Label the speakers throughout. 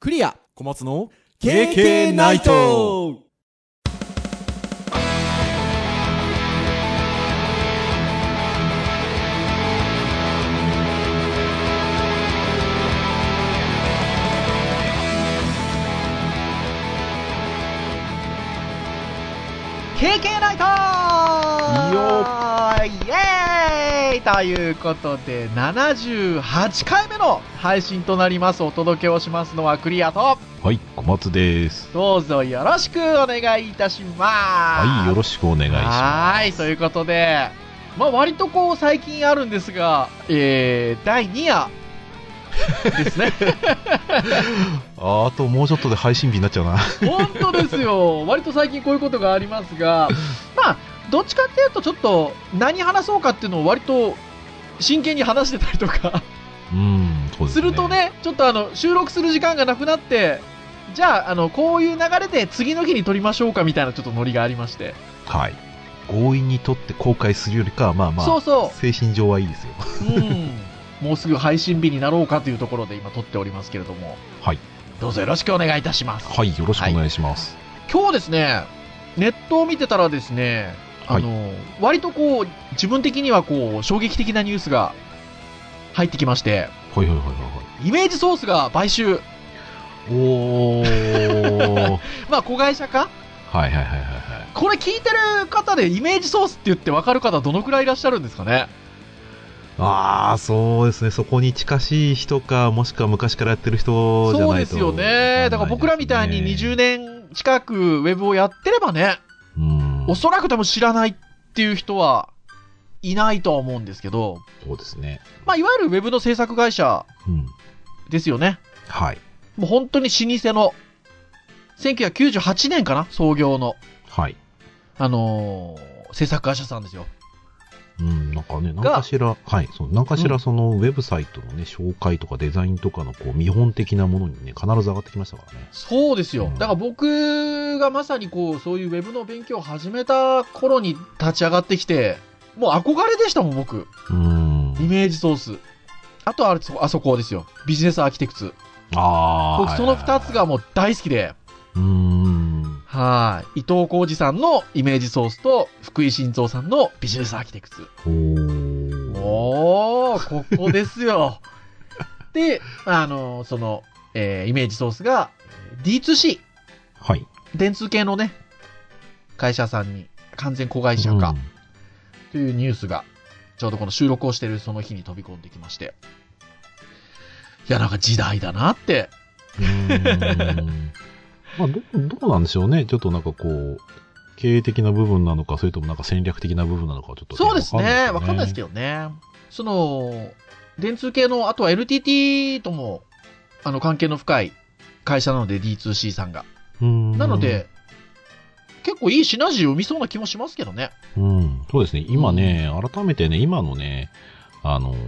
Speaker 1: クリア
Speaker 2: 小松の
Speaker 1: KK ナイト
Speaker 3: 経験ナイトイエーイということで、78回目の配信となります。お届けをしますのはクリアと、
Speaker 4: はい、小松です。
Speaker 3: どうぞよろしくお願いいたします。
Speaker 4: はい、よろ
Speaker 3: し
Speaker 4: し
Speaker 3: く
Speaker 4: くお願いし
Speaker 3: お願いします。
Speaker 4: ま
Speaker 3: はい、ということで、まあ割とこう最近あるんですが、えー、第2夜ですね。
Speaker 4: す。あーあともうちょっとで配信日になっちゃうな。
Speaker 3: 本当ですよ、割と最近こういうことがありますが、まあ、どっちかっていうと、ちょっと何話そうかっていうのを割と真剣に話してたりとか
Speaker 4: うん、そうですね。
Speaker 3: すると。ね、ちょっとあの収録する時間がなくなって、じゃああの、こういう流れで次の日に撮りましょうかみたいなちょっとノリがありまして、
Speaker 4: はい。強引に撮って公開するよりかは、まあまあ、
Speaker 3: そうそ
Speaker 4: 精神上はいい ですよ。
Speaker 3: う、うん、もうすぐ配信日になろうかというところで今、撮っておりますけれども、
Speaker 4: はい、
Speaker 3: どうぞよろしくお願いいたします。
Speaker 4: はい、よろしくお願いします。
Speaker 3: 今日ですね、ネットを見てたらですね、あの、割とこう、自分的にはこう、衝撃的なニュースが入ってきまして、
Speaker 4: はい、はい、はい、は
Speaker 3: イメージソースが買収。
Speaker 4: い。お ー。
Speaker 3: まあ、子会社化
Speaker 4: はい、はい、はい、はい。はい
Speaker 3: これ聞いてる方でイメージソースって言って分かる方どのくらいいらっしゃるんですかね
Speaker 4: ああ、そうですね。そこに近しい人か、もしくは昔からやってる人じゃ
Speaker 3: そう
Speaker 4: な
Speaker 3: で
Speaker 4: いと。
Speaker 3: すよね。だから僕らみたいに20
Speaker 4: 年。
Speaker 3: 年近くウェブをやってればね、
Speaker 4: うん。
Speaker 3: おそらくでも知らないっていう人はいないとは思うんですけど、
Speaker 4: そうですね。
Speaker 3: まあ、いわゆるウェブの制作会社
Speaker 4: うん。
Speaker 3: ですよね。
Speaker 4: はい。
Speaker 3: もう本当に老舗の、1998年かな創業の、
Speaker 4: はい。
Speaker 3: あのー制作会社さんですよ。
Speaker 4: うん、なんかね、何かしら、はい、そう、何かしらそのウェブサイトのね、紹介とかデザインとかのこう見本的なものにね、必ず上がってきましたからね。
Speaker 3: そうですよ
Speaker 4: うん。
Speaker 3: だから僕がまさにこう、そういうウェブの勉強を始めた頃に立ち上がってきて、もう憧れでしたもん、僕。
Speaker 4: うーん。
Speaker 3: イメージソース。あとはあれそあそこですよ。ビジネスアーキテクツ。
Speaker 4: ああ。
Speaker 3: 僕その
Speaker 4: 二
Speaker 3: 二つ。がもう大好きで、
Speaker 4: うーん。
Speaker 3: はい。伊藤浩二さんのイメージソースと、福井晋三さんのビジネスアーキテクツ。
Speaker 4: おー。
Speaker 3: おー、ここで すよ。で、あの、その、えーイメージソースが、えー D2C、
Speaker 4: はい。
Speaker 3: 電通系のね、会社さんに完全子会社化というニュースが、ちょうどこの収録をしてるその日に飛び込んできまして。いや、なんか時代だなって。
Speaker 4: うん。うー んまあ、ど、どうなんでしょうね。ちょっとなんかこう、経営的な部分なのか、それともなんか戦略的な部分なのか、ちょっと、
Speaker 3: そうですね。わ
Speaker 4: わ
Speaker 3: かんないですけ
Speaker 4: ど。
Speaker 3: どね。その、電通系の、あとは LTT とも、あの、関係の深い会社なので、D2C さんが。
Speaker 4: うーん
Speaker 3: なので、、結構いいシナジーを生みそうな気もしますけどね。
Speaker 4: うん、そうですね、今ね、改めてね、今のね、あのー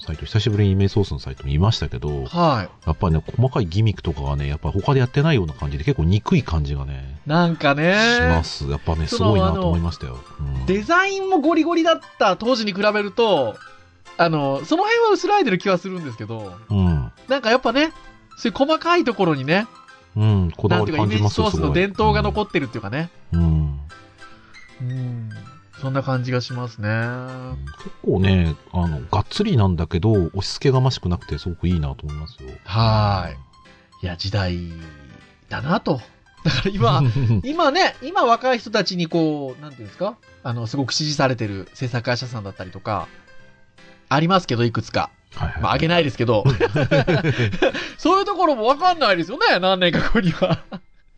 Speaker 4: サイト、久しぶりにイメージソースのサイト見ましたけど、
Speaker 3: は
Speaker 4: やっぱりね、細かいギミックとかがね、やっぱ他でやってないような感じで、結構憎い感じがね、
Speaker 3: い。なんか
Speaker 4: しま
Speaker 3: ね、
Speaker 4: す。やっぱね、す
Speaker 3: その
Speaker 4: ごいな
Speaker 3: あの
Speaker 4: と思いましたよ。うん
Speaker 3: デザインもゴリゴリだった当時に比べると、あの、その辺は薄らいでる気はするんですけど、
Speaker 4: うん。
Speaker 3: なんかやっぱね、そういう細かいところにね、
Speaker 4: うん、こだ
Speaker 3: な
Speaker 4: わ
Speaker 3: んて
Speaker 4: り
Speaker 3: いうか
Speaker 4: 感じ
Speaker 3: イメージ
Speaker 4: ます
Speaker 3: ソ
Speaker 4: よ、
Speaker 3: ー
Speaker 4: す
Speaker 3: ス
Speaker 4: ごい。
Speaker 3: の伝統が
Speaker 4: っ
Speaker 3: 残ってるっていうかね。
Speaker 4: うん、うん
Speaker 3: うん。そんな感じがしますね。
Speaker 4: 結構ね、あの、がっつりなんだけど、押し付けがましくなくて、すごくいいなと思いますよ。
Speaker 3: はーい。いや、時代だなと。だから 今、今ね、今若い人たちにこう、なんていうんですかあの、すごく支持されてる制作会社さんだったりとか、ありますけど、いくつか。
Speaker 4: はいはい。
Speaker 3: まあ、あげないですけど。 そういうところもわかんないですよね、何年か後に は。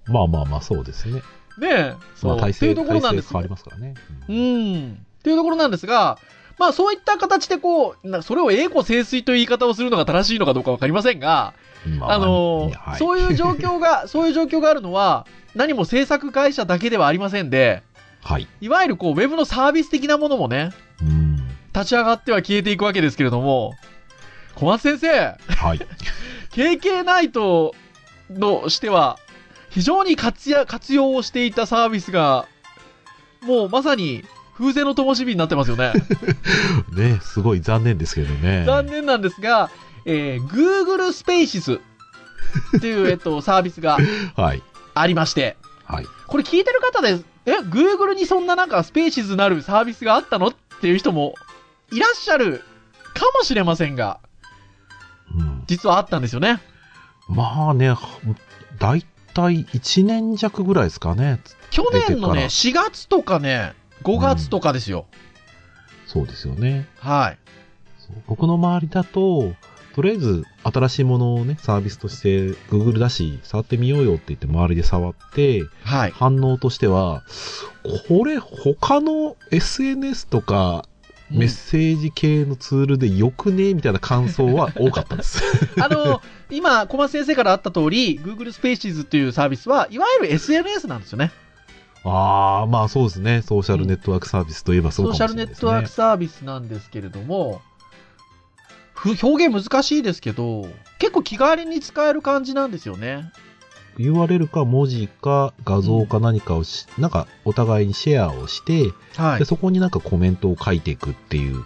Speaker 4: まあまあまあ、そうですね。
Speaker 3: ねえ。
Speaker 4: ま
Speaker 3: そ
Speaker 4: あ、
Speaker 3: う。
Speaker 4: 体
Speaker 3: ってい
Speaker 4: 制、
Speaker 3: うとこ
Speaker 4: 体
Speaker 3: ろなん
Speaker 4: 制
Speaker 3: です
Speaker 4: 変わりますからね。
Speaker 3: う
Speaker 4: うん
Speaker 3: ん。っていうところなんですが、まあそういった形でこう、なそれを栄枯盛衰という言い方をするのが正しいのかどうかわかりませんが、
Speaker 4: まま
Speaker 3: あのー
Speaker 4: はい
Speaker 3: そういう状況 が、そういう状況があるのは、何も制作会社だけではありませんで、
Speaker 4: はい。
Speaker 3: いわゆるこう、ウェブのサービス的なものもね、
Speaker 4: うん。
Speaker 3: 立ち上がっては消えていくわけですけれども、小松先生、
Speaker 4: はい。
Speaker 3: KK ナイトのしては、非常に活や活用をしていたサービスが、もうまさに風前の灯火になってます よね。
Speaker 4: ね、すごい残念ですけどね。
Speaker 3: 残念なんですが、えー、Google スペーシスっていう、えっと、サービスが
Speaker 4: はい。
Speaker 3: ありまして、
Speaker 4: はい。
Speaker 3: これ聞いてる方で、え、Google にそんななんかスペーシズなるサービスがあったのっていう人もいらっしゃるかもしれませんが、
Speaker 4: うん、
Speaker 3: 実はあったんですよね。
Speaker 4: まあね、だいたい1年弱ぐらいですかね。
Speaker 3: 去年のね、
Speaker 4: 出
Speaker 3: 4月とかね、5月とかですよ。
Speaker 4: そうですよね。
Speaker 3: はい。
Speaker 4: そう僕の周りだと、とりあえず新しいものをね、サービスとして Google だし、触ってみようよって言って周りで触って、
Speaker 3: はい。
Speaker 4: 反応としては、これ他の SNS とかメッセージ系のツールでよくねみたいな感想は多かったです。
Speaker 3: あの、今、小松先生からあった通り、Google Spaces っていうサービスは、いわゆる SNS なんですよね。
Speaker 4: ああ、まあそうですね。ソーシャルネットワークサービスといえばそ
Speaker 3: ソ
Speaker 4: う
Speaker 3: ー
Speaker 4: かもしれ
Speaker 3: シャル
Speaker 4: な
Speaker 3: ネ
Speaker 4: いで
Speaker 3: ッ
Speaker 4: す
Speaker 3: ト
Speaker 4: ね。
Speaker 3: ワークサービスなんですけれども、ふ表現難しいですけど、結構気軽に使える感じなんですよね。
Speaker 4: URL か文字か画像か何かをし、なんかお互いにシェアをして、
Speaker 3: は
Speaker 4: で、。そこになんかコメントを書いていくっていう。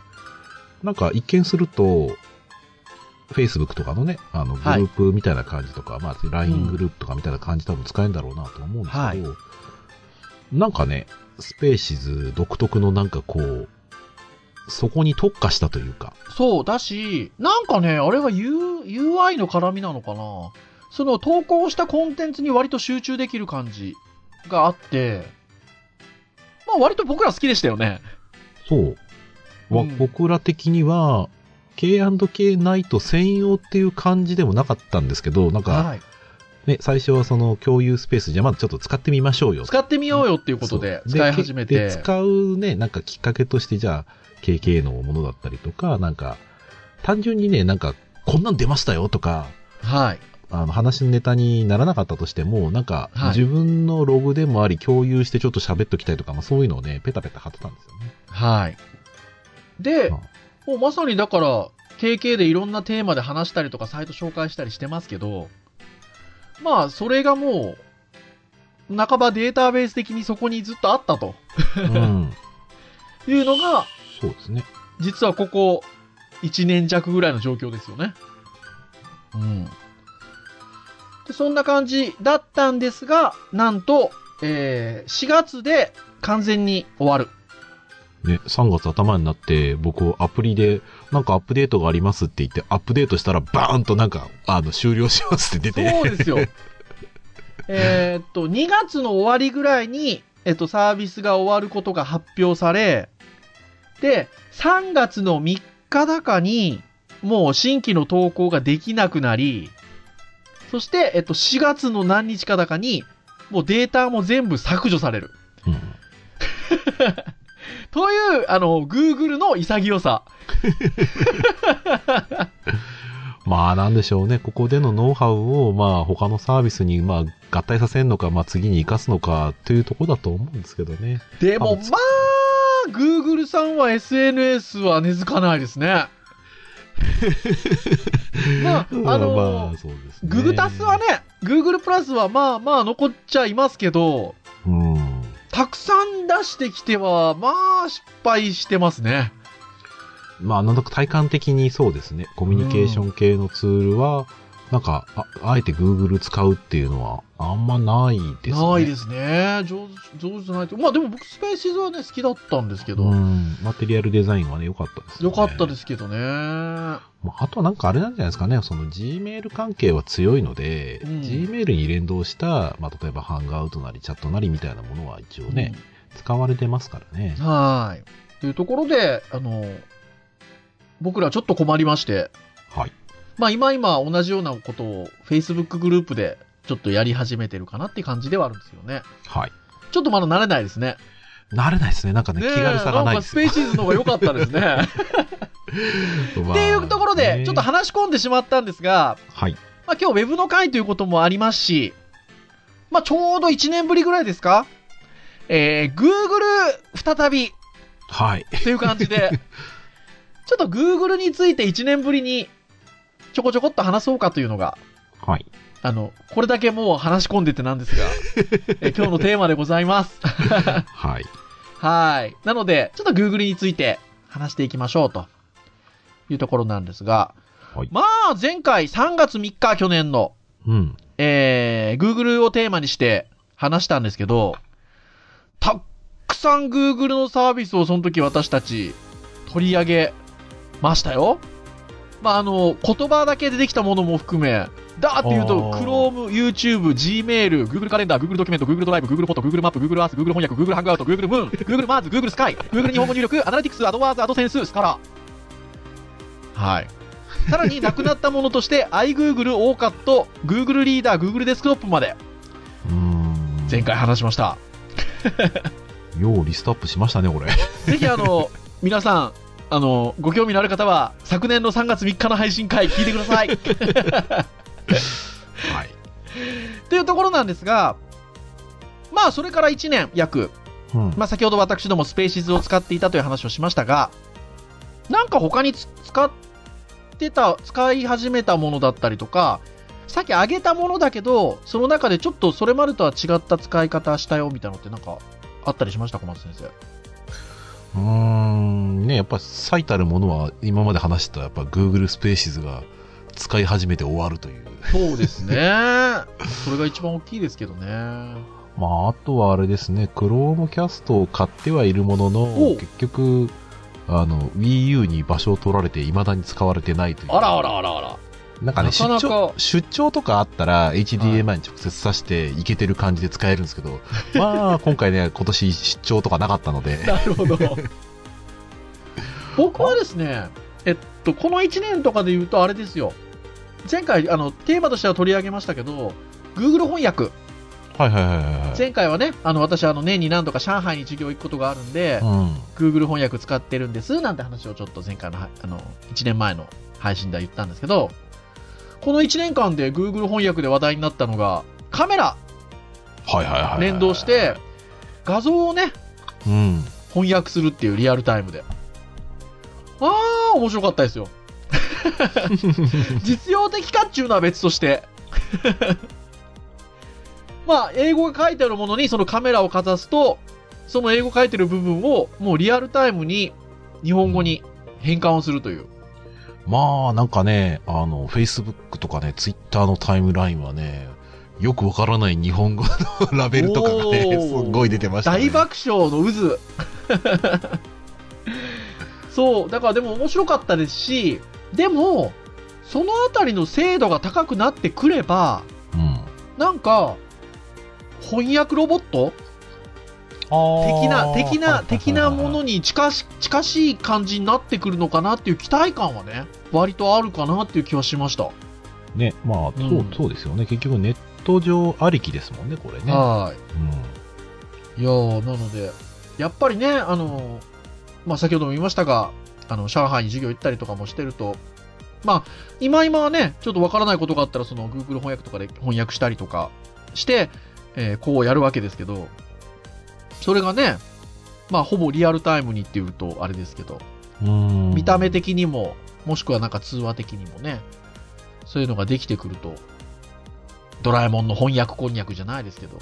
Speaker 4: なんか一見すると、Facebook とかのね、あの、グル
Speaker 3: はい
Speaker 4: ープみたいな感じとか、まあ、
Speaker 3: うん
Speaker 4: LINE グループとかみたいな感じ多分使えるんだろうなと思うんですけど、
Speaker 3: はい
Speaker 4: なんかね、スペーシズ独特のなんかこう、そこに特化したというか、
Speaker 3: そう、だし、なんかね、あれは U UI の絡みなのかな。その投稿したコンテンツに割と集中できる感じがあって、まあ割と僕ら好きでしたよね。
Speaker 4: そう。わ
Speaker 3: うん
Speaker 4: 僕ら的には、K&K ナイト専用っていう感じでもなかったんですけど、なんか、
Speaker 3: はい。
Speaker 4: ね、最初はその共有スペースじゃあまずちょっと使ってみましょうよ
Speaker 3: 使ってみようよっていうことで使い始めて。
Speaker 4: でけで使うね、なんかきっかけとして、じゃあ、KK のものだったりとか、なんか、単純にね、なんか、こんなん出ましたよとか、
Speaker 3: はい。
Speaker 4: あの、話のネタにならなかったとしても、なんか
Speaker 3: はい、
Speaker 4: 自分のログでもあり、共有してちょっと喋っときたいとか、まあそういうのをね、ペタペタ貼ってたんですよね。
Speaker 3: はい。で、
Speaker 4: うん
Speaker 3: もうまさにだから、KK でいろんなテーマで話したりとか、サイト紹介したりしてますけど、まあ、それがもう、半ばデータベース的にそこにずっとあったと
Speaker 4: うん。
Speaker 3: いうのが、
Speaker 4: そうですね。
Speaker 3: 実はここ、1年弱ぐらいの状況ですよね。うん。でそんな感じだったんですが、なんと、えー4月で完全に終わる。
Speaker 4: ね、3月頭になって、僕、アプリで、なんかアップデートがありますって言って、アップデートしたら、バーンとなんか、あの、終了しますって出て。
Speaker 3: そう ですよ。えーっと、2月の終わりぐらいに、えっと、サービスが終わることが発表され、で、3月の3日だかに、もう新規の投稿ができなくなり、そして、えっと、4月の何日かだかに、もうデータも全部削除される。
Speaker 4: うん
Speaker 3: という、あの、Google の潔さ。
Speaker 4: まあなんでしょうね。ここでのノウハウを、まあ他のサービスに、まあ合体させるのか、まあ次に生かすのかというところだと思うんですけどね。
Speaker 3: でも、
Speaker 4: 多分
Speaker 3: まあ、Google さんは SNS は根付かないで すね。まあ、あの
Speaker 4: まあそうですね。
Speaker 3: ググタスはね、Google プラスはまあまあ残っちゃいますけど、
Speaker 4: うん。
Speaker 3: たくさん出してきては、まあ失敗してますね。
Speaker 4: まあなんだか体感的にそうですね。コミュニケーション系のツールは、なんか、ああえて Google 使うっていうのは、あんまないですね。
Speaker 3: ないですすね。上手、上手じゃないと。まあでも僕スペーシズはね、好きだったんですけ
Speaker 4: け
Speaker 3: ど、
Speaker 4: うん。マテリアルデザインはね、良かったです、ね。。
Speaker 3: よかったですすけどね。は
Speaker 4: まあ、あとはなんかあれなんじゃないですかね、その Gmail 関係は強いので、
Speaker 3: うん
Speaker 4: Gmail に連動した、まあ、例えばハングアウトなりチャットなりみたいなものは一応ね、使われてますからね。
Speaker 3: ーい。というところで、あの、僕らちょっと困りまして、
Speaker 4: はい。
Speaker 3: まあ今今同じようなことを Facebook グループでちょっとやり始めてるかなって感じではあるんですよね。
Speaker 4: はい。
Speaker 3: ちょっとまだ慣れないですね。
Speaker 4: 慣れないですね。なんかね、
Speaker 3: ねえ
Speaker 4: 気軽さがない
Speaker 3: ん
Speaker 4: で
Speaker 3: かス
Speaker 4: す
Speaker 3: ペーシーズの方が良かったです ね。っていうところで、ちょっと
Speaker 4: は、
Speaker 3: 話し込んでしまったんですが、
Speaker 4: はい。
Speaker 3: まあ、今日ウェブの会ということもありますし、まあ、ちょうど1年ぶりぐらいですか、えー、Google 再び
Speaker 4: はい。
Speaker 3: という感じで、ちょっと Google について1年ぶりにちょこちょこっと話そうかというのが、
Speaker 4: はい。
Speaker 3: あの、これだけもう話し込んでてなんですが、えー今日のテーマでございます。
Speaker 4: はい。
Speaker 3: はい。なので、ちょっと Google について話していきましょうというところなんですが、
Speaker 4: はい
Speaker 3: まあ、前回3月3日、去年の、
Speaker 4: うん。
Speaker 3: えー、Google をテーマにして話したんですけど、たっくさん Google のサービスをその時私たち取り上げましたよ。まあ、あの、言葉だけでできたものも含め、だーって言うと、
Speaker 4: あー
Speaker 3: Chrome、YouTube、Gmail、Google カレンダー、Google ドキュメント、Google ドライブ、Google フォト、Google マップ、Google アース、Google 翻訳、Google ハングアウト、Google ムーン、Google マーズ、Google スカイ、Google 日本語入力、アナリティクス、アドワーズ、アドセンス、スカラ。はい。さらになくなったものとして、iGoogle、OCAT、Google リーダー、Google デスクトップまで、
Speaker 4: うーん。
Speaker 3: 前回話しました。
Speaker 4: ようリストアップしましたね、これ。
Speaker 3: ぜひあの、皆さん、あの、ご興味のある方は、昨年の3月3日の配信会、聞いてくだ さい。
Speaker 4: はい。
Speaker 3: というところなんですが、まあ、それから1年約、
Speaker 4: うん。
Speaker 3: まあ、先ほど私どもスペーシズを使っていたという話をしましたが、なんか他につ使ってた、使い始めたものだったりとか、さっき挙げたものだけど、その中でちょっとそれまでとは違った使い方したよみたいなのってなんかあったりしました小松先生。
Speaker 4: うーんねやっぱ最たるものは今まで話したやっぱ Google スペーシズが使い始めて終わるという
Speaker 3: そう ですね。それが一番大きいですけどね。
Speaker 4: まああとはあれですね Chromecast を買ってはいるものの
Speaker 3: おう
Speaker 4: 結局あの WiiU に場所を取られて未だに使われてないという
Speaker 3: あらあらあらあら。
Speaker 4: なんかね
Speaker 3: なかなか
Speaker 4: 出張出張とかあったら HDMI に直接挿していけてる感じで使えるんですけ ど、まあ今回ね今年出張とかなかったので
Speaker 3: なるほど。僕はですね、えっと、この1年とかで言うとあれですよ。前回、あの、テーマとしては取り上げましたけど、Google 翻訳。
Speaker 4: はいはいはいはいはい
Speaker 3: 前回はね、あの、私、あの、年に何度か上海に授業行くことがあるんで、
Speaker 4: うん、
Speaker 3: Google 翻訳使ってるんです、なんて話をちょっと前回のは、あの、1年前の配信では言ったんですけど、この1年間で Google 翻訳で話題になったのが、カメラ
Speaker 4: はいはいはいはい
Speaker 3: 連動して、画像をね、
Speaker 4: うん
Speaker 3: 翻訳するっていうリアルタイムで。ああ、面白かったですよ。 実用的かっちゅうのは別として。 まあ、英語が書いてあるものにそのカメラをかざすと、その英語書いてる部分をもうリアルタイムに日本語に変換をするという。
Speaker 4: まあ、なんかね、あの、Facebook とかね、Twitter のタイムラインはね、よくわからない日本語のラベルとかがね、す
Speaker 3: おー
Speaker 4: っごい出てました、ね。
Speaker 3: 大爆笑の渦。そう、だからでも面白かったですし、でも、そのあたりの精度が高くなってくれば、
Speaker 4: うん。
Speaker 3: なんか、翻訳ロボット的な、的な、的なもの
Speaker 4: に。
Speaker 3: に近し、近しい感じになってくるのかなっていう期待感はね、割とあるかなっていう気はしました。、
Speaker 4: ね、まあ、そううんそうですよね。結局ネット上ありきですもんね、これね。
Speaker 3: は
Speaker 4: うん。
Speaker 3: い。いやーなので、やっぱりね、あのーまあ、先ほども言いましたが、あの、上海に授業行ったりとかもしてると、まあ、今今はね、ちょっとわからないことがあったら、その Google 翻訳とかで翻訳したりとかして、えーこうやるわけですけど、それがね、まあ、ほぼリアルタイムにっていうと、あれですけど、
Speaker 4: うん
Speaker 3: 見た目的にも、もしくはなんか通話的にもね、そういうのができてくると、ドラえもんの翻訳こんにゃくじゃないですけど、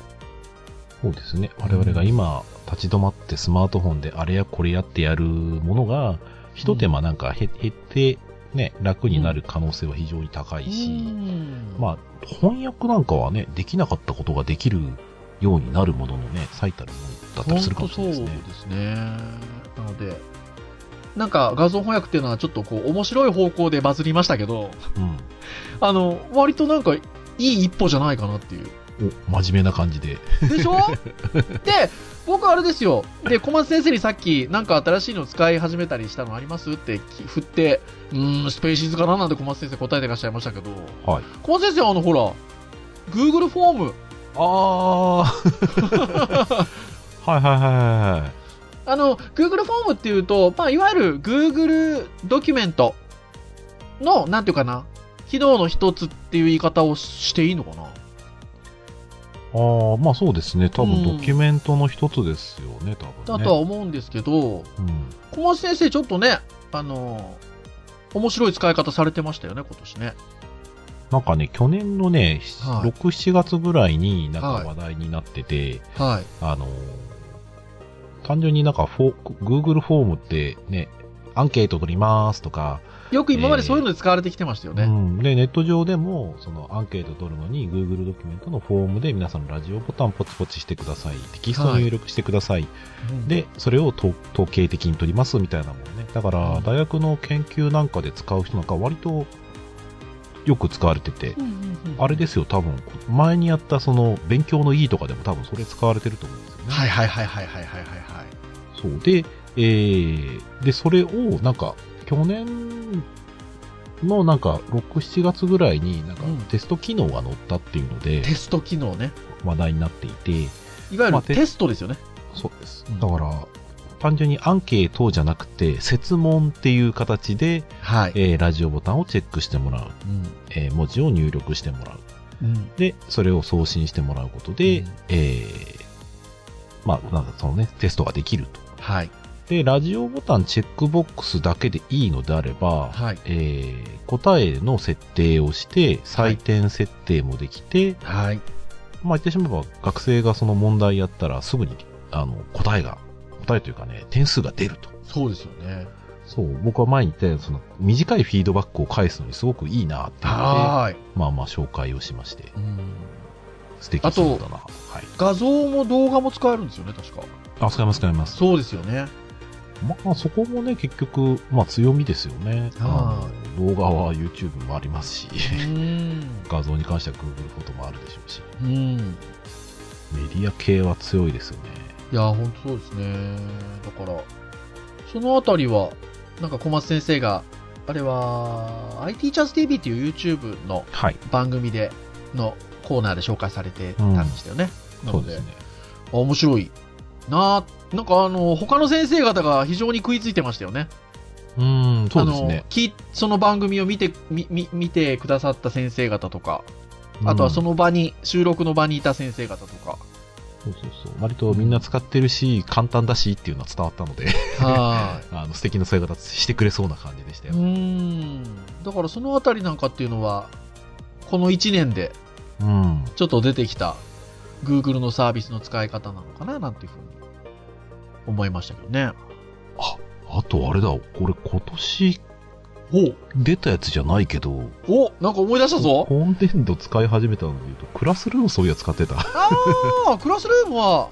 Speaker 4: そうですね。我々が今、立ち止まってスマートフォンであれやこれやってやるものが、ひと手間なんか減減って、ね、楽になる可能性は非常に高いし、
Speaker 3: まあ、
Speaker 4: まあ、翻訳なんかはね、できなかったことができるようになるもののね、最たるものだったりするかもしれないです
Speaker 3: ほん
Speaker 4: ね
Speaker 3: と。そうですね。なので、なんか画像翻訳っていうのはちょっとこう、面白い方向でバズりましたけど、 あの、割となんか、いい一歩じゃないかなっていう。
Speaker 4: うん。お、真面目な感じで。
Speaker 3: でし ょで、僕あれですよ。で、小松先生にさっき、なんか新しいの使い始めたりしたのありますってき振って、うーん、スペーシーズかななんて小松先生答えてらっしゃいましたけど、
Speaker 4: はい。
Speaker 3: 小松先生はあの、ほら、Google フォーム、
Speaker 4: ああ はいはいはいはい。
Speaker 3: あの、Google フォームっていうと、まあ、いわゆる Google ドキュメントの、なんていうかな、機能の一つっていう言い方をしていいのかな
Speaker 4: ああ、まあそうですね。多
Speaker 3: うん
Speaker 4: 分ドキュメントの一つですよね、多分、
Speaker 3: だ
Speaker 4: ね。
Speaker 3: とは思うんですけど、
Speaker 4: うん。
Speaker 3: 小松先生ちょっとね、あの、面白い使い方されてましたよね、今年ね。
Speaker 4: なんかね、去年のね、
Speaker 3: はい
Speaker 4: 6、7月ぐらいになんか
Speaker 3: はい
Speaker 4: 話題になってて、
Speaker 3: はい。
Speaker 4: あのー単純になんかフォー、Google フォームってね、アンケート取りますとか、
Speaker 3: よく今までそういうので使われてきてましたよ
Speaker 4: う
Speaker 3: ね。
Speaker 4: ん、でネット上でもそのアンケート取るのに Google ドキュメントのフォームで皆さんのラジオボタンポチポチしてくださいテキストを入力してください、
Speaker 3: うん、
Speaker 4: でそれをと統計的に取りますみたいなもんねだから、
Speaker 3: うん
Speaker 4: 大学の研究なんかで使う人なんか割とよく使われてて、
Speaker 3: うんうんうん
Speaker 4: あれですよ多分前にやったその勉強のいいとかでも多分それ使われてると思うんですよね、
Speaker 3: はいはいはいはいはいはいはいはい。
Speaker 4: そうで、えー、で、それを、なんか、去年のなんか、6、7月ぐらいに、なんか
Speaker 3: うん、
Speaker 4: テスト機能が載ったっていうので、
Speaker 3: テスト機能ね。
Speaker 4: 話題になっていて、
Speaker 3: いわゆ
Speaker 4: ま
Speaker 3: る
Speaker 4: あテ
Speaker 3: テストですよね。
Speaker 4: そうです
Speaker 3: うん
Speaker 4: だから、単純にアンケートじゃなくて、設問っていう形で、
Speaker 3: はい。
Speaker 4: えーラジオボタンをチェックしてもらう、
Speaker 3: うん
Speaker 4: えー文字を入力してもらう。
Speaker 3: うん
Speaker 4: で、それを送信してもらうことで、
Speaker 3: うん
Speaker 4: えーまあ、なんかそのね、テストができると。
Speaker 3: はい。
Speaker 4: で、ラジオボタンチェックボックスだけでいいのであれば、
Speaker 3: はい
Speaker 4: えー答えの設定をして、採点設定もできて、
Speaker 3: はい。
Speaker 4: まあ言ってしまえば学生がその問題やったらすぐに、あの、答えが、答えというかね、点数が出ると。
Speaker 3: そうですよね。
Speaker 4: そう、僕は前に言ったその短いフィードバックを返すのにすごくいいなっていうので、
Speaker 3: は
Speaker 4: まあまあ紹介をしまして、
Speaker 3: い。うん
Speaker 4: 素敵そうだな。はい。
Speaker 3: 画像も動画も使えるんですよね、確か。
Speaker 4: あ、使います使います。
Speaker 3: そうですよね。
Speaker 4: まあそこもね、結局、まあ強みですよね。
Speaker 3: は
Speaker 4: あの動画は YouTube もありますし、
Speaker 3: うん。
Speaker 4: 画像に関しては Google フォトもあるでしょうし、
Speaker 3: うん。
Speaker 4: メディア系は強いですよね。
Speaker 3: いや、本当そうですね。だから、そのあたりは、なんか小松先生が、あれは、IT チャンス TV っていう YouTube の
Speaker 4: はい。
Speaker 3: 番組で、のコーナーで紹介されてたんでしたよね。な
Speaker 4: そう
Speaker 3: の
Speaker 4: で
Speaker 3: で、
Speaker 4: すね。
Speaker 3: あ面白いなあなんかあの、他の先生方が非常に食いついてましたよね。
Speaker 4: うーん、そうです
Speaker 3: あの
Speaker 4: ね。
Speaker 3: きその番組を見てみみ見てくださった先生方とか、あとはそ
Speaker 4: の、
Speaker 3: の場に、収録の場にいた先生方とか。
Speaker 4: そうそうそう。割とみんな使ってるし、簡単だしっていうのは伝わったので、
Speaker 3: は
Speaker 4: あの素敵な使い方してくれそうな感じでした
Speaker 3: い。う
Speaker 4: よ。
Speaker 3: ん。だからそのあたりなんかっていうのは、この1年で
Speaker 4: うん。
Speaker 3: ちょっと出てきた Google のサービスの使い方なのかななんていうふうに思いましたけどね。
Speaker 4: あとあれだ、これ今年出たやつじゃないけど、
Speaker 3: おおなんか思い出したぞ
Speaker 4: 今年度使い始めたので言うと、クラスルームそういうやつ使ってた。
Speaker 3: ああ、クラスルームは、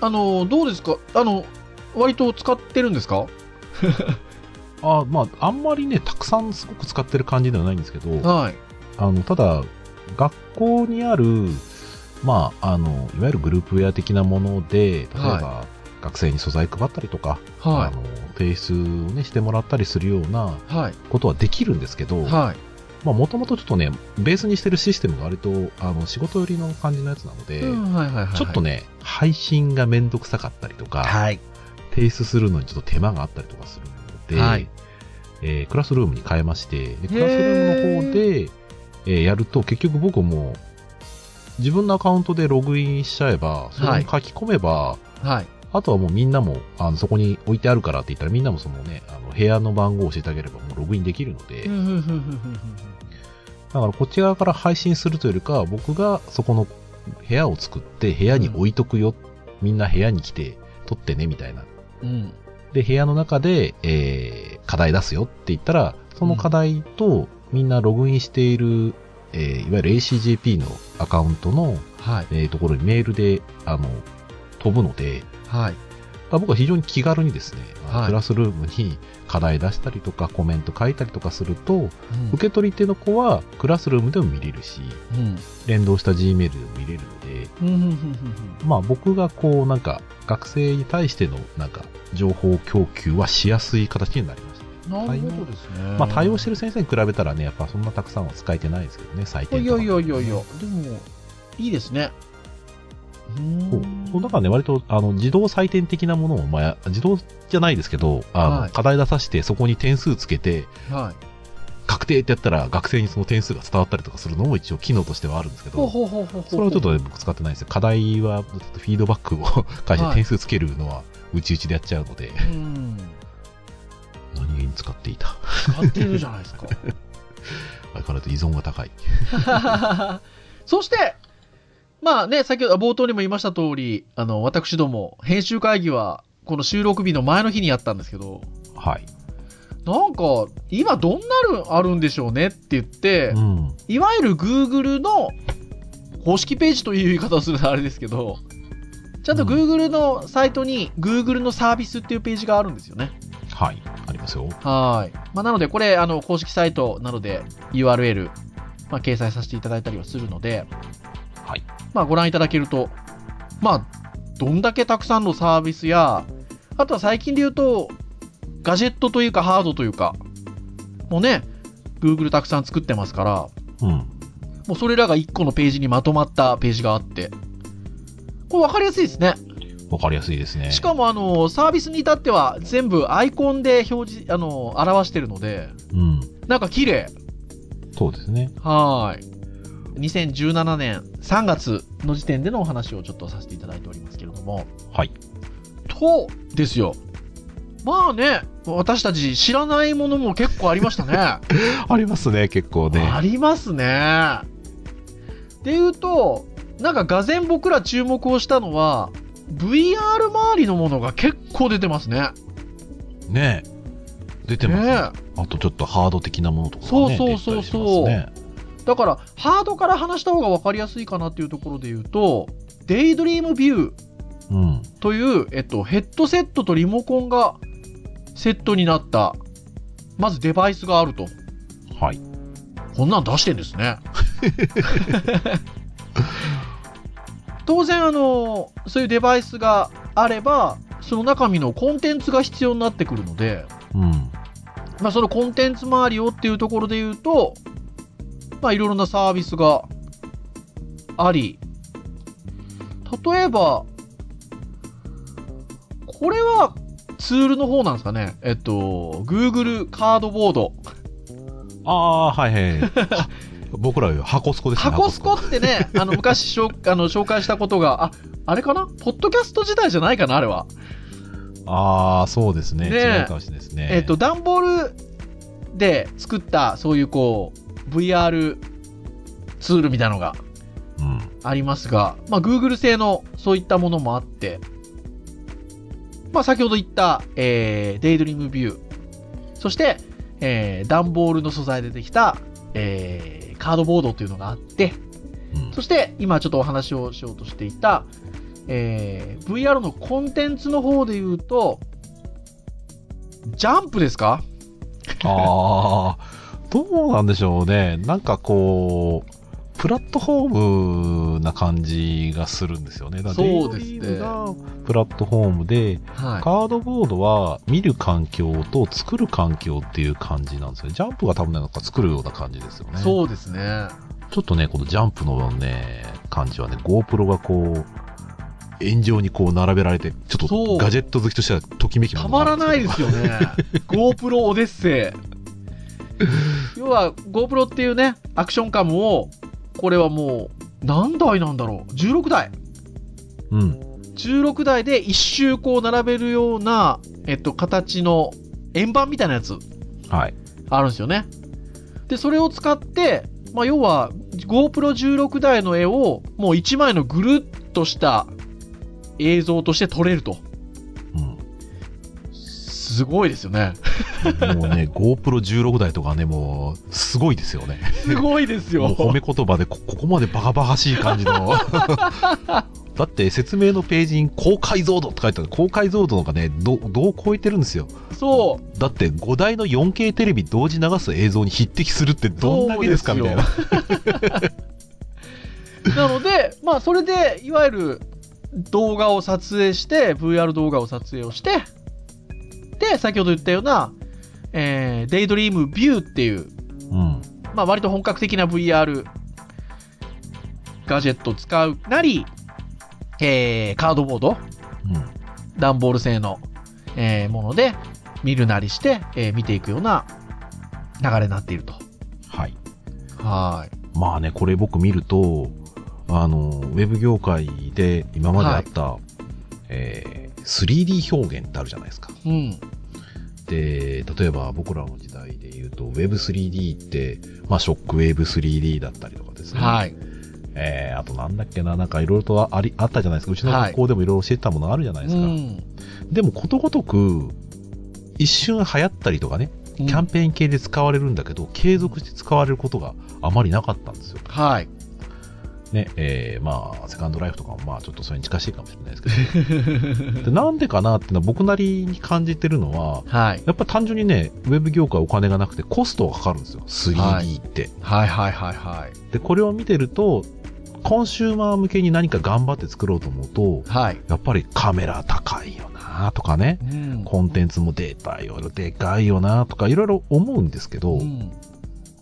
Speaker 3: あの、どうですかあの、割と使ってるんですか
Speaker 4: あまあ、あんまりね、たくさんすごく使ってる感じではないんですけど、
Speaker 3: はい。
Speaker 4: あの、ただ、学校にある、まあ、あの、いわゆるグループウェア的なもので、例えば、
Speaker 3: は
Speaker 4: 学生に素材配ったりとか、あ
Speaker 3: は。
Speaker 4: の、提出をね、してもらったりするようない
Speaker 3: はい。
Speaker 4: ことはできるんですけど、
Speaker 3: はい。
Speaker 4: まあ、もともとちょっとね、ベースにしてるシステムが割と、あの、仕事寄りの感じのやつなので、
Speaker 3: うんはいはいはいはい。
Speaker 4: ちょっと
Speaker 3: ね。
Speaker 4: ね、配信がめんどくさかったりとか、
Speaker 3: はい。
Speaker 4: 提出するのにちょっと手間があったりとかするので、
Speaker 3: はい
Speaker 4: えークラスルームに変えまして、でクラスルームの方で、えーやると結局僕も自分のアカウントでログインしちゃえば、それに書き込めば、
Speaker 3: はい。
Speaker 4: あとはもうみんなもあのそこに置いてあるからって言ったらみんなもそのね、あの部屋の番号を教えてあげればもうログインできるので、
Speaker 3: うんうんうんうんうんうん
Speaker 4: だからこっち側から配信するというよりかは僕がそこの部屋を作って部屋に置いとくよ、みんな部屋に来て撮ってねみたいな
Speaker 3: うん。
Speaker 4: で、部屋の中で、えー課題出すよって言ったら、その課題とみんなログインしている、えーいわゆる ACGP のアカウントの、
Speaker 3: はい。
Speaker 4: えーところにメールで、あの、飛ぶので、
Speaker 3: はい。
Speaker 4: まあ僕は非常に気軽にですね、あの
Speaker 3: はい
Speaker 4: クラスルームに課題出したりとか、コメント書いたりとかすると、
Speaker 3: うん
Speaker 4: 受け取り手の子はクラスルームでも見れるし、
Speaker 3: うん
Speaker 4: 連動した Gmail でも見れるので、
Speaker 3: うんうんうんうん
Speaker 4: まあ僕がこう、なんか、学生に対しての、なんか、情報供給はしやすい形になりましたね。
Speaker 3: うんなるほどですね。
Speaker 4: まあ、対応してる先生に比べたらね、やっぱそんなたくさんは使えてないですけどね、採点
Speaker 3: い
Speaker 4: と
Speaker 3: や
Speaker 4: か。
Speaker 3: いやいやいや、でも、いいですね。う
Speaker 4: そ
Speaker 3: ー。
Speaker 4: うんそうだからね、割と、あの、自動採点的なものを、まあ、自動じゃないですけど、あの、
Speaker 3: はい
Speaker 4: 課題出させて、そこに点数つけて、
Speaker 3: はい。
Speaker 4: 確定ってやったら、学生にその点数が伝わったりとかするのも一応機能としてはあるんですけ
Speaker 3: ほう
Speaker 4: ど、
Speaker 3: ほうほうほうほう。
Speaker 4: それはちょっとね、僕使ってないですよ。課題は、ちょっとフィードバックを返し
Speaker 3: は
Speaker 4: て点
Speaker 3: い
Speaker 4: 数つけるのは、うちうちでやっちゃうので、
Speaker 3: うん。
Speaker 4: 何気に使っていた。
Speaker 3: 合ってるじゃないですか。
Speaker 4: だからと依存が高い。
Speaker 3: そして、まあね、先ほど冒頭にも言いました通り、あの、私ども、編集会議は、この収録日の前の日にやったんですけど、
Speaker 4: はい。
Speaker 3: なんか、今どんなるあるんでしょうねって言って、
Speaker 4: うん。
Speaker 3: いわゆる Google の公式ページという言い方をするとあれですけど、ちゃんと
Speaker 4: うん
Speaker 3: Google のサイトに Google のサービスっていうページがあるんですよね。
Speaker 4: はい。ありますよ。
Speaker 3: はい。まあ、なので、これ、あの、公式サイトなので URL、まあ、掲載させていただいたりはするので、
Speaker 4: はい。
Speaker 3: まあ、ご覧いただけると、まあ、どんだけたくさんのサービスや、あとは最近で言うと、ガジェットというかハードというか、もうね、Google たくさん作ってますから、
Speaker 4: うん。
Speaker 3: もうそれらが1個のページにまとまったページがあって、これ分かりやすいですね。
Speaker 4: わかりやすいですね。
Speaker 3: しかも、あの、サービスに至っては全部アイコンで表示、あの、表してるので、
Speaker 4: うん。
Speaker 3: なんか綺麗。
Speaker 4: そうですね。
Speaker 3: はーい。2017年3月の時点でのお話をちょっとさせていただいておりますけれども。
Speaker 4: はい。
Speaker 3: と、ですよ。まあね、私たち知らないものも結構ありましたね。
Speaker 4: ありますね、結構ね。
Speaker 3: ありますね。で言うと、なんかがぜん僕ら注目をしたのは、VR 周りのものが結構出てますね。
Speaker 4: ね出てますね。
Speaker 3: ね
Speaker 4: あとちょっとハード的なものとかがね。
Speaker 3: そうそうそうそ
Speaker 4: 出たり
Speaker 3: う
Speaker 4: しますね
Speaker 3: だから、ハードから話した方が分かりやすいかなっていうところで言うと、デイドリームビュー
Speaker 4: うん。
Speaker 3: という、えっと、ヘッドセットとリモコンがセットになった、まずデバイスがあると。
Speaker 4: はい。
Speaker 3: こんなん出してんですね。 当然、あの、そういうデバイスがあれば、その中身のコンテンツが必要になってくるので、
Speaker 4: うん。
Speaker 3: まあ、そのコンテンツ周りをっていうところで言うと、まあ、いろいろなサービスがあり、例えば、これはツールの方なんですかね。えっと、Google カードボード。
Speaker 4: ああー、はいはいはい。 あ僕らは箱スコですね。
Speaker 3: ハコスコってね、あの昔紹 あの紹介したことが、ああれかな、ポッドキャスト自体じゃないかな、あれは。
Speaker 4: ああ、そうですね。
Speaker 3: ね
Speaker 4: 違うかもしれないですね。
Speaker 3: えっ、と、段ボールで作った、そういうこう、VR ツールみたいなのが
Speaker 4: うん。
Speaker 3: ありますが、まあ、Google 製のそういったものもあって、まあ、先ほど言った、えー、デイドリームビュー、そして、えー、段ボールの素材でできた、えー、カードボードというのがあって、
Speaker 4: うん
Speaker 3: そして、今ちょっとお話をしようとしていた、えー VR のコンテンツの方で言うと、ジャンプですか
Speaker 4: ああ、どうなんでしょうね。なんかこう、プラットフォームな感じがするんですよね。だから
Speaker 3: そうですね
Speaker 4: DRM がプラットフォームで、
Speaker 3: は
Speaker 4: カードボードは見る環境と作る環境っていう感じなんですよね。ジャンプが多分なんか作るような感じですよね。
Speaker 3: い。そうですね。
Speaker 4: ちょっとね、このジャンプのね、感じはね、GoPro がこう、炎上にこう並べられて、ちょっ
Speaker 3: そう
Speaker 4: とガジェット好きとしてはときめき。
Speaker 3: たまらないですすよね。GoPro オデッセ イ。要は GoPro っていうね、アクションカムを、これはもう、何台なんだろう ?16 台。
Speaker 4: うん。
Speaker 3: 16台で一周こう並べるような、えっと、形の円盤みたいなやつ。
Speaker 4: はい。
Speaker 3: あるんですよね。で、それを使って、まあ、要は GoPro16 台の絵をもう1枚のぐるっとした映像として撮れると。
Speaker 4: うん
Speaker 3: すごいですよね。
Speaker 4: もうね、GoPro16 台とかね、もう、すごいですよね。
Speaker 3: すごいです
Speaker 4: もう
Speaker 3: よ。
Speaker 4: 褒め言葉でこ、ここまでバカバカしい感じの。だって説明のページに高解像度って書いてある高解像度のがねどどう超えてるんですよ
Speaker 3: そう。
Speaker 4: だって5台の 4K テレビ同時流す映像に匹敵するってどんだけですかみたいな
Speaker 3: なので、まあ、それで、いわゆる動画を撮影して、VR 動画を撮影をして、で、先ほど言ったような、えー、デイドリームビューっていう
Speaker 4: うん
Speaker 3: まあ、割と本格的な VR ガジェットを使うなり、えーカードボード、
Speaker 4: うん
Speaker 3: 段ボール製の、えーもので見るなりして、えー見ていくような流れになっていると。
Speaker 4: はい
Speaker 3: は
Speaker 4: まあね、これ僕見ると、あの、ウェブ業界で今まであった、えー 3D 表現ってあるじゃないですか。
Speaker 3: い。うん。
Speaker 4: で、例えば僕らの時代で言うと、Web3D って、まあ、ショックウェーブ 3D だったりとかですね。
Speaker 3: はい。
Speaker 4: えーあとなんだっけな、なんかいろいろとあり、あったじゃないですか。うちの
Speaker 3: はい
Speaker 4: 学校でもいろいろ教えてたものあるじゃないです
Speaker 3: う
Speaker 4: か。
Speaker 3: ん。
Speaker 4: でもことごとく、一瞬流行ったりとかね、
Speaker 3: うん
Speaker 4: キャンペーン系で使われるんだけど、継続して使われることがあまりなかったんですよ。
Speaker 3: はい。
Speaker 4: ね、えーまあ、セカンドライフとかも、まあ、ちょっとそれに近しいかもしれないですけど。 でなんでかなっていうのは僕なりに感じてるのは、
Speaker 3: はい。
Speaker 4: やっぱ単純にね、ウェブ業界お金がなくてコストがかかるんですよ。3D って。
Speaker 3: はいはいはいはい。
Speaker 4: で、これを見てると、コンシューマー向けに何か頑張って作ろうと思うと、
Speaker 3: はい。
Speaker 4: やっぱりカメラ高いよなとかね、
Speaker 3: うん
Speaker 4: コンテンツもデータよりでかいよなとか、いろいろ思うんですけど、
Speaker 3: うん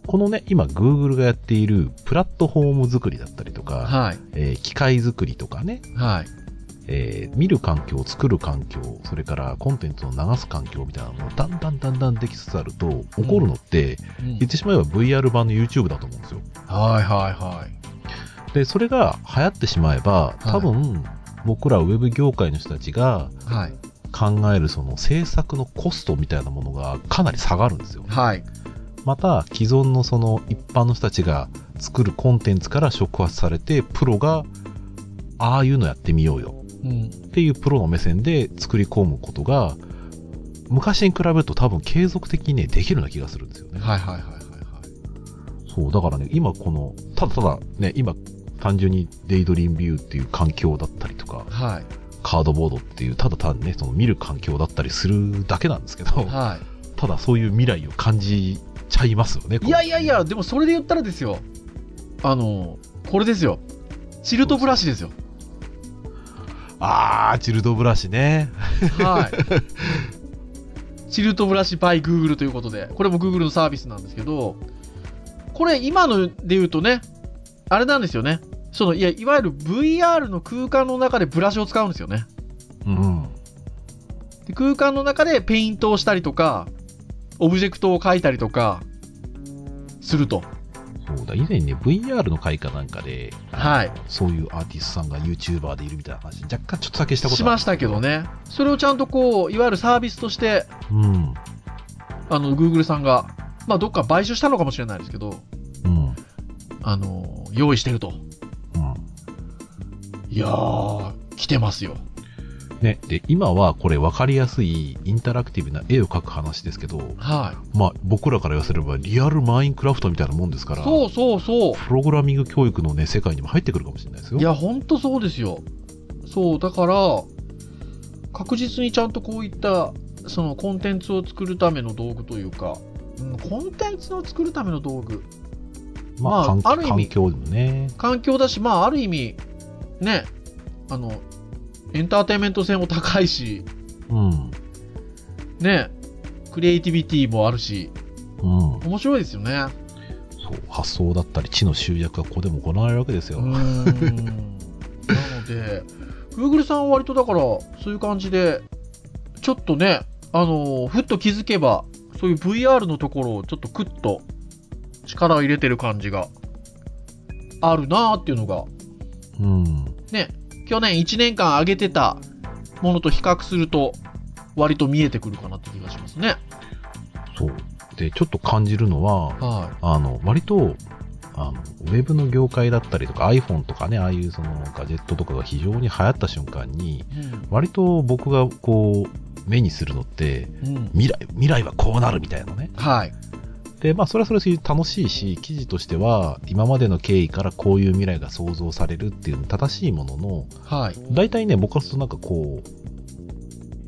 Speaker 4: このね、今 Google がやっているプラットフォーム作りだったりとか、
Speaker 3: はい。
Speaker 4: えー機械作りとかね、
Speaker 3: はい。
Speaker 4: えー見る環境、作る環境、それからコンテンツを流す環境みたいなのもだんだんだんだんできつつあると、起こるのって、
Speaker 3: うん
Speaker 4: 言ってしまえば VR 版の YouTube だと思うんですよ。
Speaker 3: はいはいはい。
Speaker 4: で、それが流行ってしまえば、多分、僕らウェブ業界の人たちが
Speaker 3: はい。
Speaker 4: 考えるその制作のコストみたいなものがかなり下がるんですよ。
Speaker 3: はい。
Speaker 4: また、既存のその一般の人たちが作るコンテンツから触発されて、プロが、ああいうのやってみようよ
Speaker 3: うん。
Speaker 4: っていうプロの目線で作り込むことが、昔に比べると多分継続的にね、できるような気がするんですよね。
Speaker 3: はいはいはいはいはい。
Speaker 4: そう、だからね、今この、ただただね、今、単純にデイドリームビューっていう環境だったりとか、
Speaker 3: はい。
Speaker 4: カードボードっていう、ただ単にね、その見る環境だったりするだけなんですけど、
Speaker 3: は
Speaker 4: ただそういう未来を感じちゃいますよね。
Speaker 3: い。いやいやいや、でもそれで言ったらですよ。あの、これですよ。チルトブラシですよ。
Speaker 4: あー、チルドブラシね。
Speaker 3: はい。チルトブラシ by Google ということで、これも Google のサービスなんですけど、これ今ので言うとね、あれなんですよね。その、いや、いわゆる VR の空間の中でブラシを使うんですよね。
Speaker 4: うん。
Speaker 3: で空間の中でペイントをしたりとか、オブジェクトを描いたりとか、すると。
Speaker 4: そうだ、以前ね、VR の会かなんかで、
Speaker 3: はい
Speaker 4: あのそういうアーティストさんが YouTuber でいるみたいな話、若干ちょっとだけしたこと
Speaker 3: しましたけど
Speaker 4: ね。
Speaker 3: ね。それをちゃんとこう、いわゆるサービスとして、
Speaker 4: うん。
Speaker 3: あの、Google さんが、まあ、どっか買収したのかもしれないですけど、
Speaker 4: うん。うん。
Speaker 3: あの、用意してると。いやー、来てますよ。
Speaker 4: ね、で、今はこれ分かりやすいインタラクティブな絵を描く話ですけど、
Speaker 3: は
Speaker 4: まあ僕らから言わせればリアルマインクラフトみたいなもんですか
Speaker 3: い。
Speaker 4: ら、
Speaker 3: そうそうそ
Speaker 4: プログラミング教育のね、世界にも入ってくるかもしれないです
Speaker 3: う。
Speaker 4: よ。
Speaker 3: いや、ほんとそうですよ。そう、だから、確実にちゃんとこういった、そのコンテンツを作るための道具というか、うん、コンテンツを作るための道具。まあ
Speaker 4: 環
Speaker 3: ある意
Speaker 4: 環
Speaker 3: 味
Speaker 4: 境でもね。
Speaker 3: 環境だし、まあ、ある意味、ね、あの、エンターテインメント性も高いし、
Speaker 4: うん。
Speaker 3: ね、クリエイティビティもあるし、
Speaker 4: うん。
Speaker 3: 面白いですよね。
Speaker 4: そう、発想だったり、知の集約がここでも行われるわけです
Speaker 3: う
Speaker 4: よ。
Speaker 3: ーん。なので、Google さんは割とだから、そういう感じで、ちょっとね、あの、ふっと気づけば、そういう VR のところをちょっとクッと力を入れてる感じがあるなーっていうのが、
Speaker 4: うん。
Speaker 3: ね、去年1年間上げてたものと比較すると、割と見えてくるかなって気がしますね。
Speaker 4: そう。で、ちょっと感じるのは、
Speaker 3: は
Speaker 4: あの、割と、あの、ウェブの業界だったりとか iPhone とかね、ああいうそのガジェットとかが非常に流行った瞬間に、
Speaker 3: い。
Speaker 4: 割と僕がこう、目にするのって、
Speaker 3: うん。うん、
Speaker 4: 未来、未来はこうなるみたいなね。
Speaker 3: はい。
Speaker 4: で、まあ、それはそれで楽しいし、記事としては、今までの経緯からこういう未来が想像されるっていうの正しいものの、
Speaker 3: はい。
Speaker 4: 大体ね、僕はそうなんかこう、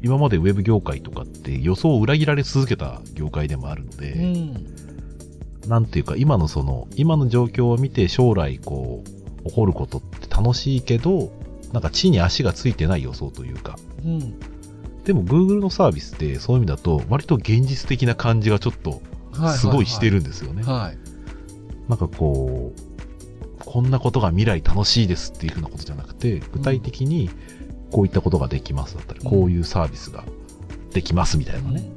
Speaker 4: 今までウェブ業界とかって予想を裏切られ続けた業界でもあるので、
Speaker 3: うん。
Speaker 4: なんていうか、今のその、今の状況を見て将来こう、起こることって楽しいけど、なんか地に足がついてない予想というか。
Speaker 3: うん。
Speaker 4: でも Google のサービスってそういう意味だと、割と現実的な感じがちょっと、
Speaker 3: はは
Speaker 4: すごいして。るんですよね。
Speaker 3: はい。
Speaker 4: なんかこう、こんなことが未来楽しいですっていうふうなことじゃなくて、具体的にこういったことができますだったり、
Speaker 3: うん
Speaker 4: こういうサービスができますみたいなね。
Speaker 3: ね。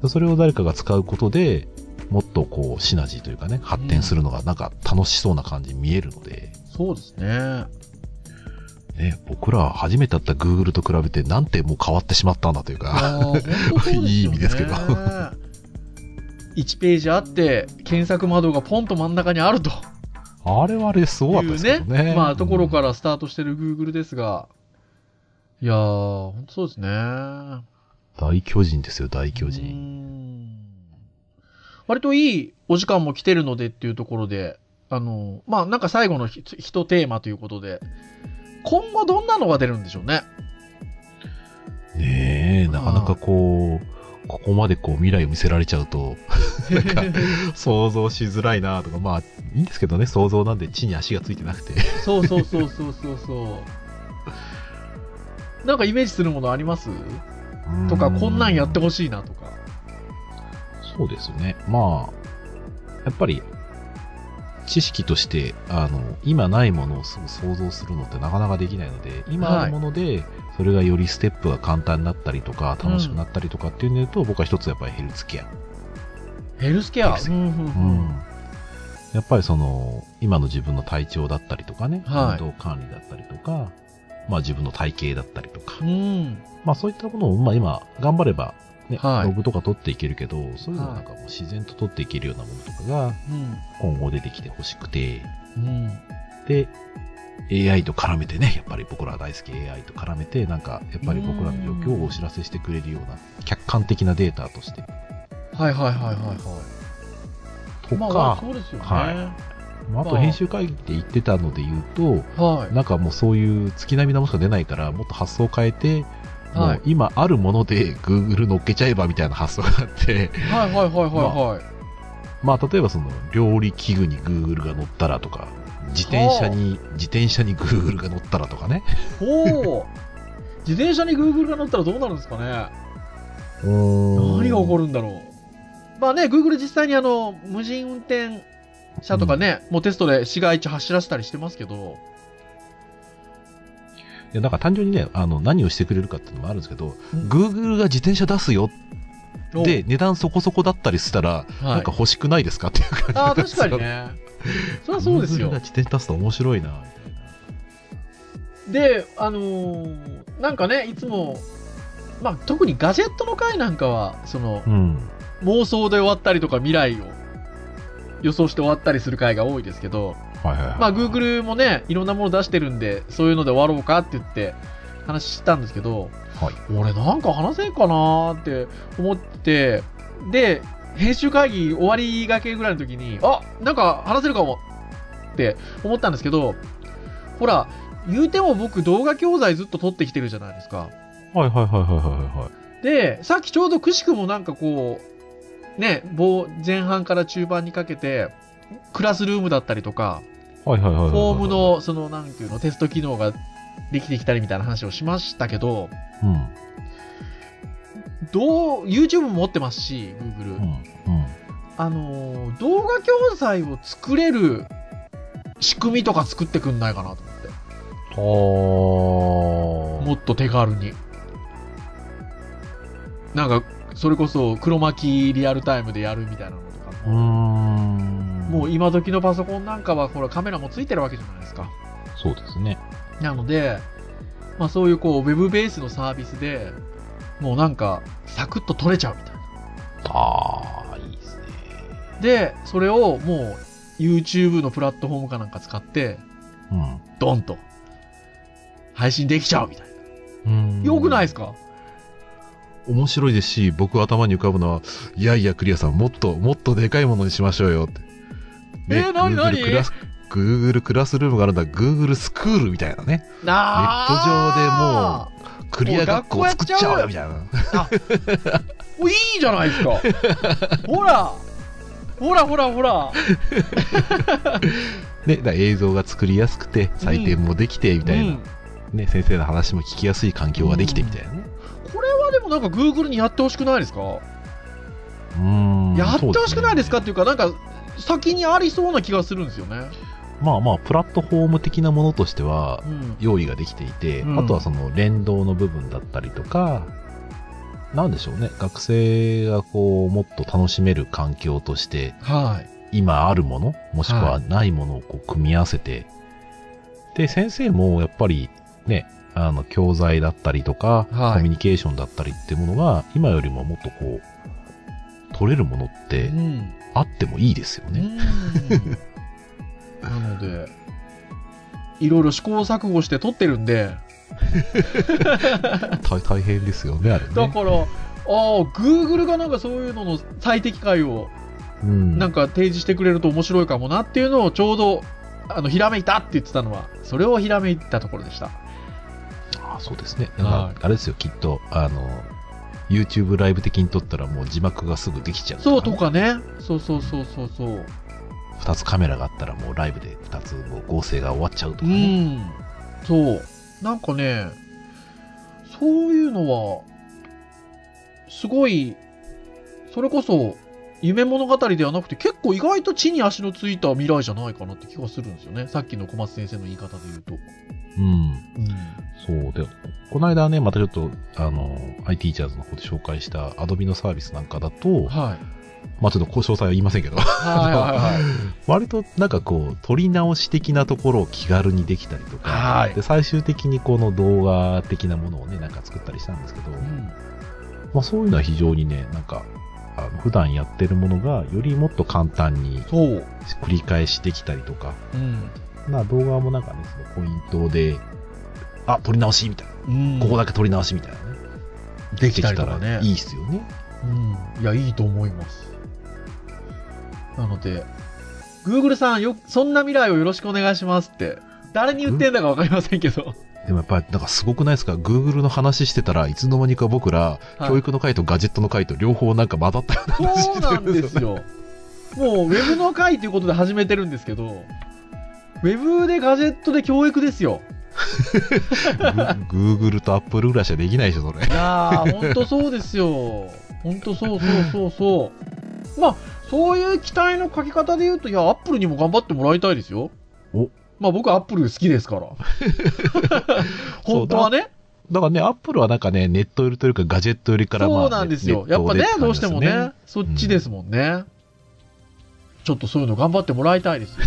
Speaker 4: でそれを誰かが使うことでもっとこうシナジーというかね発展するのがなんか楽しそうな感じに見えるので、
Speaker 3: そうですね。
Speaker 4: ね、僕ら初めて会った Google と比べてなんてもう変わってしまったんだという
Speaker 3: あ
Speaker 4: か、
Speaker 3: ー本当そうですよね
Speaker 4: いい意味ですけど
Speaker 3: 1ページあって、検索窓がポンと真ん中にあると
Speaker 4: あれはあれすごか
Speaker 3: い
Speaker 4: ったで
Speaker 3: う
Speaker 4: すけ
Speaker 3: ね
Speaker 4: どね。、
Speaker 3: まあ、ところかららスタートしてる Google ですが、いやー、本当そうですね。
Speaker 4: 大巨人ですよ、大巨人。
Speaker 3: 人。割といいお時間も来てるのでっていうところで、あの、まあ、なんか最後のひ一テーマということで、今後どんなのが出るんでしょうね。
Speaker 4: ねえ、なかなかこう、ここまでこう未来を見せられちゃう と、想像しづらいなとか、まあ、いいんですけどね、想像なんで地に足がついてなくて。
Speaker 3: そうそうそうそうそうそう。なんかイメージするものあります とか、こんなんやってほ
Speaker 4: しい。
Speaker 3: しいなとか。
Speaker 4: そうですね。まあ、やっぱり、知識として、あの、今ないものをすぐ想像するのってなかなかできないので、今あるもので、それがよりステップが簡単になったりとか、楽しくなったりとかっていうので言うと、僕は一つやっぱりヘルツケア。
Speaker 3: ヘルスケア。
Speaker 4: ヘルス
Speaker 3: うんうんうん
Speaker 4: やっぱりその、今の自分の体調だったりとかね、
Speaker 3: はい
Speaker 4: 運動管理だったりとか、まあ自分の体型だったりとか、
Speaker 3: うん。
Speaker 4: まあそういったものを、まあ今、頑張れば、ね、
Speaker 3: はい
Speaker 4: ログとか取っていけるけど、そういうのをなんかもう自然と取っていけるようなものとかが、今後出てきてほしくて、
Speaker 3: うん。うん。
Speaker 4: で、AI と絡めてね、やっぱり僕ら大好き AI と絡めて、なんか、やっぱり僕らの状況をお知らせしてくれるような、客観的なデータとして、
Speaker 3: はいはいはいはいは
Speaker 4: と
Speaker 3: い。まあ、
Speaker 4: か
Speaker 3: そ、うですよね。
Speaker 4: はまああと
Speaker 3: まあ
Speaker 4: 編集会議って言ってたので言うと、
Speaker 3: はい。
Speaker 4: なんかもうそういう月並みなものしか出ないから、もっと発想を変えて、も
Speaker 3: はいう
Speaker 4: 今あるもので Google 乗っけちゃえばみたいな発想があって、
Speaker 3: はいはいはいはいはい。
Speaker 4: まあ例えばその料理器具に Google が乗ったらとか、自転車に、自転車に Google が乗ったらとかね。
Speaker 3: ほう。自転車に Google が乗ったらどうなるんですかね。
Speaker 4: 何
Speaker 3: 何が起こ
Speaker 4: る
Speaker 3: るんだろう。まあね、Google 実際にあの、無人運転車とかね、もうテストで市街地走らせたりしてますけど。
Speaker 4: いや、だから単純にね、あの、何をしてくれるかっていうのもあるんですけど、
Speaker 3: うん
Speaker 4: Google が自転車出すよ
Speaker 3: お
Speaker 4: で、、値段そこそこだったりしたら、
Speaker 3: は
Speaker 4: ないんか、欲しくないですかっていう感じ
Speaker 3: ああ、確かに。ね。そりゃそうです
Speaker 4: Google
Speaker 3: よ
Speaker 4: が。自転車出すと面白いな、みたいな。
Speaker 3: で、あのーなんかね、いつも、まあ、特にガジェットの回なんかは、その、
Speaker 4: うん。
Speaker 3: 妄想で終わったりとか未来を予想して終わったりする回が多いですけど、
Speaker 4: はいはいはい。
Speaker 3: まあ、Google もね、いろんなもの出してるんで、そういうので終わろうかって言って話したんですけど、
Speaker 4: はい
Speaker 3: 俺なんか話せんかなーって思って、で、編集会議終わりがけぐらいの時に、あなんか話せるかもって思ったんですけど、ほら、言うても僕動画教材ずっと撮ってきてるじゃないですか。
Speaker 4: はいはいはいはいはいはい。
Speaker 3: で、さっきちょうどくしくもなんかこう、ね、棒前半から中盤にかけて、クラスルームだったりとか、
Speaker 4: はいはいはいはいはい。
Speaker 3: フォーム、の、その、なんていうの、テスト機能ができてきたりみたいな話をしましたけど、
Speaker 4: うん。う
Speaker 3: どう、YouTube も持ってますし、Google。
Speaker 4: ん。
Speaker 3: あのー、動画教材を作れる仕組みとか作ってくんないかなと思って。
Speaker 4: うん。あ
Speaker 3: もっと手軽に。なんか、それこそ、黒巻きリアルタイムでやるみたいなのとか
Speaker 4: ー。うー
Speaker 3: も。
Speaker 4: ん。
Speaker 3: もう今時のパソコンなんかは、ほら、カメラもついてるわけじゃないですか。
Speaker 4: そうですね。
Speaker 3: なので、まあ、そういうこうウェブベースのサービスでもうなんかサクッと取れちゃうみたいな。
Speaker 4: ああ、いいですね。
Speaker 3: で、それをもう YouTube のプラットフォームかなんか使って、
Speaker 4: うん。
Speaker 3: ドンと配信できちゃうみたいな。
Speaker 4: うん
Speaker 3: よくないですか
Speaker 4: 面白いですし、僕頭に浮かぶのは、いやいや、クリアさん、もっと、もっとでかいものにしましょうよって。
Speaker 3: えー何
Speaker 4: Google
Speaker 3: 何
Speaker 4: クラス Google クラスルームがあるんだ、Google スクールみたいなね。
Speaker 3: あー
Speaker 4: クリア学校
Speaker 3: もう
Speaker 4: を
Speaker 3: 学
Speaker 4: 作っ
Speaker 3: 校やっち
Speaker 4: ちゃ
Speaker 3: ゃう
Speaker 4: おう
Speaker 3: よ
Speaker 4: よみたいな。
Speaker 3: おいいじゃないですか ほらほらほらほら
Speaker 4: ね、だから映像が作りやすくて、採点もできて、みたいな、
Speaker 3: うん
Speaker 4: ね、先生の話も聞きやすい環境ができて、みたいなね。
Speaker 3: これはでもなんか Google にやってほしくないですか
Speaker 4: うーん
Speaker 3: やってほしくないですか
Speaker 4: そう
Speaker 3: っていうか、なんか、先にありそうな気がするんですよね。
Speaker 4: ねまあまあ、プラットフォーム的なものとしては
Speaker 3: う、ん。
Speaker 4: 用意ができていて、
Speaker 3: うん
Speaker 4: あとはその連動の部分だったりとか、なんでしょうね、学生がこう、もっと楽しめる環境として、
Speaker 3: はい。
Speaker 4: 今あるもの、もしくはないものをこう組み合わせて、で、先生もやっぱりね、あの、教材だったりとか、
Speaker 3: はい
Speaker 4: コミュニケーションだったりってものが、今よりももっとこう、取れるものって
Speaker 3: うん。
Speaker 4: あってもいいですよね。
Speaker 3: うんなので、いろいろ試行錯誤して撮ってるんで、
Speaker 4: 大大変ですよね、あれ
Speaker 3: だ
Speaker 4: ね。
Speaker 3: から、ああ、Google がなんかそういうのの最適解を
Speaker 4: うん
Speaker 3: なんか提示してくれると面白いかもなっていうのをちょうどあのひらめいたって言ってたのはそれをひらめいたところでした
Speaker 4: あそうですね。
Speaker 3: は
Speaker 4: ないんか、あれですよ、きっと、あの、YouTube ライブ的に撮ったらもう字幕がすぐできちゃう
Speaker 3: そう
Speaker 4: ね
Speaker 3: と。かねそうそうそうそうそう
Speaker 4: 2つカメラがあったらもうライブで2つもう合成が終わっちゃうとか
Speaker 3: う
Speaker 4: ね。
Speaker 3: んそうなんかねそういうのはすごいそれこそ夢物語ではなくて結構意外と地に足のついた未来じゃないかなって気がするんですよねさっきの小松先生の言い方で言うと、
Speaker 4: うん。そうで、この間ね、またちょっと、あの、iTeachers の方で紹介した Adobe のサービスなんかだと、
Speaker 3: はい
Speaker 4: まあちょっと詳細は言いませんけど、
Speaker 3: はいはいはい
Speaker 4: 割となんかこう、撮り直し的なところを気軽にできたりとか、
Speaker 3: はい
Speaker 4: で最終的にこの動画的なものをね、なんか作ったりしたんですけど、
Speaker 3: うん
Speaker 4: まあそういうのは非常にね、なんか、あの普段やってるものがよりもっと簡単に
Speaker 3: そう、
Speaker 4: 繰り返しできたりとか、
Speaker 3: うん
Speaker 4: まあ動画もなんかね、そのポイントで、あ、撮り直しみたいな、
Speaker 3: うん、
Speaker 4: ここだけ撮り直しみたいなね。
Speaker 3: できたりとかね
Speaker 4: できたらいいっすよね。
Speaker 3: うん、いや、いいと思います。なので、Google さん、よ、そんな未来をよろしくお願いしますって、誰に言ってんだかわかりませんけど、
Speaker 4: でもやっぱりなんかすごくないですか ?Google の話してたらいつの間にか僕ら、
Speaker 3: はい
Speaker 4: 教育の回とガジェットの回と両方なんか混ざったような話
Speaker 3: そ
Speaker 4: して
Speaker 3: うな
Speaker 4: る
Speaker 3: ん
Speaker 4: ん
Speaker 3: で
Speaker 4: です
Speaker 3: す
Speaker 4: よ。
Speaker 3: よ。もう、ウェブの会ということで始めてるんですけど、ウェブでガジェットで教育ですよ。
Speaker 4: グ Google と Apple ぐらいしかできないでしょ、それ。
Speaker 3: いやー、ほんとそうですよ。ほんとそうそうそうそう。まあ、そういう期待のかけ方で言うと、いや、アップルにも頑張ってもらいたいですよ。
Speaker 4: お
Speaker 3: まあ僕アップル好きです から。本当はね。
Speaker 4: だからね、Apple はなんかね、ネットよりというかガジェットよりからまあ
Speaker 3: そうなんですよ。
Speaker 4: ネ
Speaker 3: や
Speaker 4: ッ
Speaker 3: っ
Speaker 4: ト
Speaker 3: ぱ
Speaker 4: で
Speaker 3: ね
Speaker 4: て、
Speaker 3: ど
Speaker 4: 感
Speaker 3: う
Speaker 4: じ
Speaker 3: して
Speaker 4: です
Speaker 3: も
Speaker 4: ね
Speaker 3: ね、そっちですもんね。ちょっとそういうの頑張ってもらいたいですよ。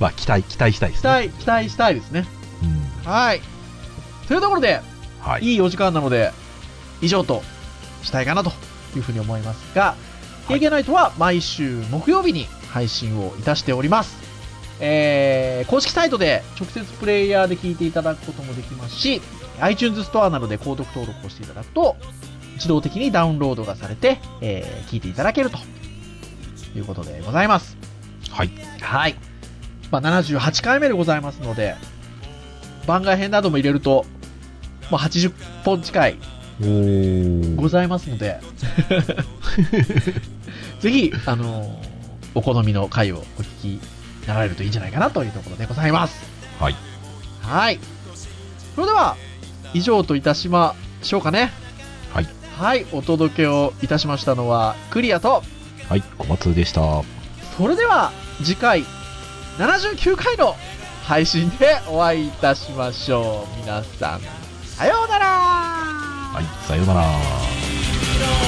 Speaker 4: まあ期待、期待したいで
Speaker 3: 期
Speaker 4: すね。
Speaker 3: 待、期待したいですね。
Speaker 4: うん
Speaker 3: はい。というところで、
Speaker 4: はい。
Speaker 3: いいお時間なので、以上としたいかなというふうに思いますが、
Speaker 4: はい
Speaker 3: KK ナイトは毎週木曜日に配信をいたしております。えー公式サイトで直接プレイヤーで聞いていただくこともできますし、iTunes ストアなどで購読登録をしていただくと、自動的にダウンロードがされて、えー聞いていただけるということでございます。
Speaker 4: はい。
Speaker 3: はい。まあ、78回目でございますので、番外編なども入れると、まあ、80本近い
Speaker 4: おー
Speaker 3: ございます ので、ぜひ、あのーお好みの回をお聞きになられるといいんじゃないかなというところでございます。
Speaker 4: はい。
Speaker 3: はい。それでは、以上といたしましょうかね。
Speaker 4: はい。
Speaker 3: はい、お届けをいたしましたのは、クリアと、
Speaker 4: はい、小松でした。は
Speaker 3: それでは次回79回の配信でお会いいたしましょう皆さんさようなら、
Speaker 4: い、さようなら。
Speaker 2: 「君の想いを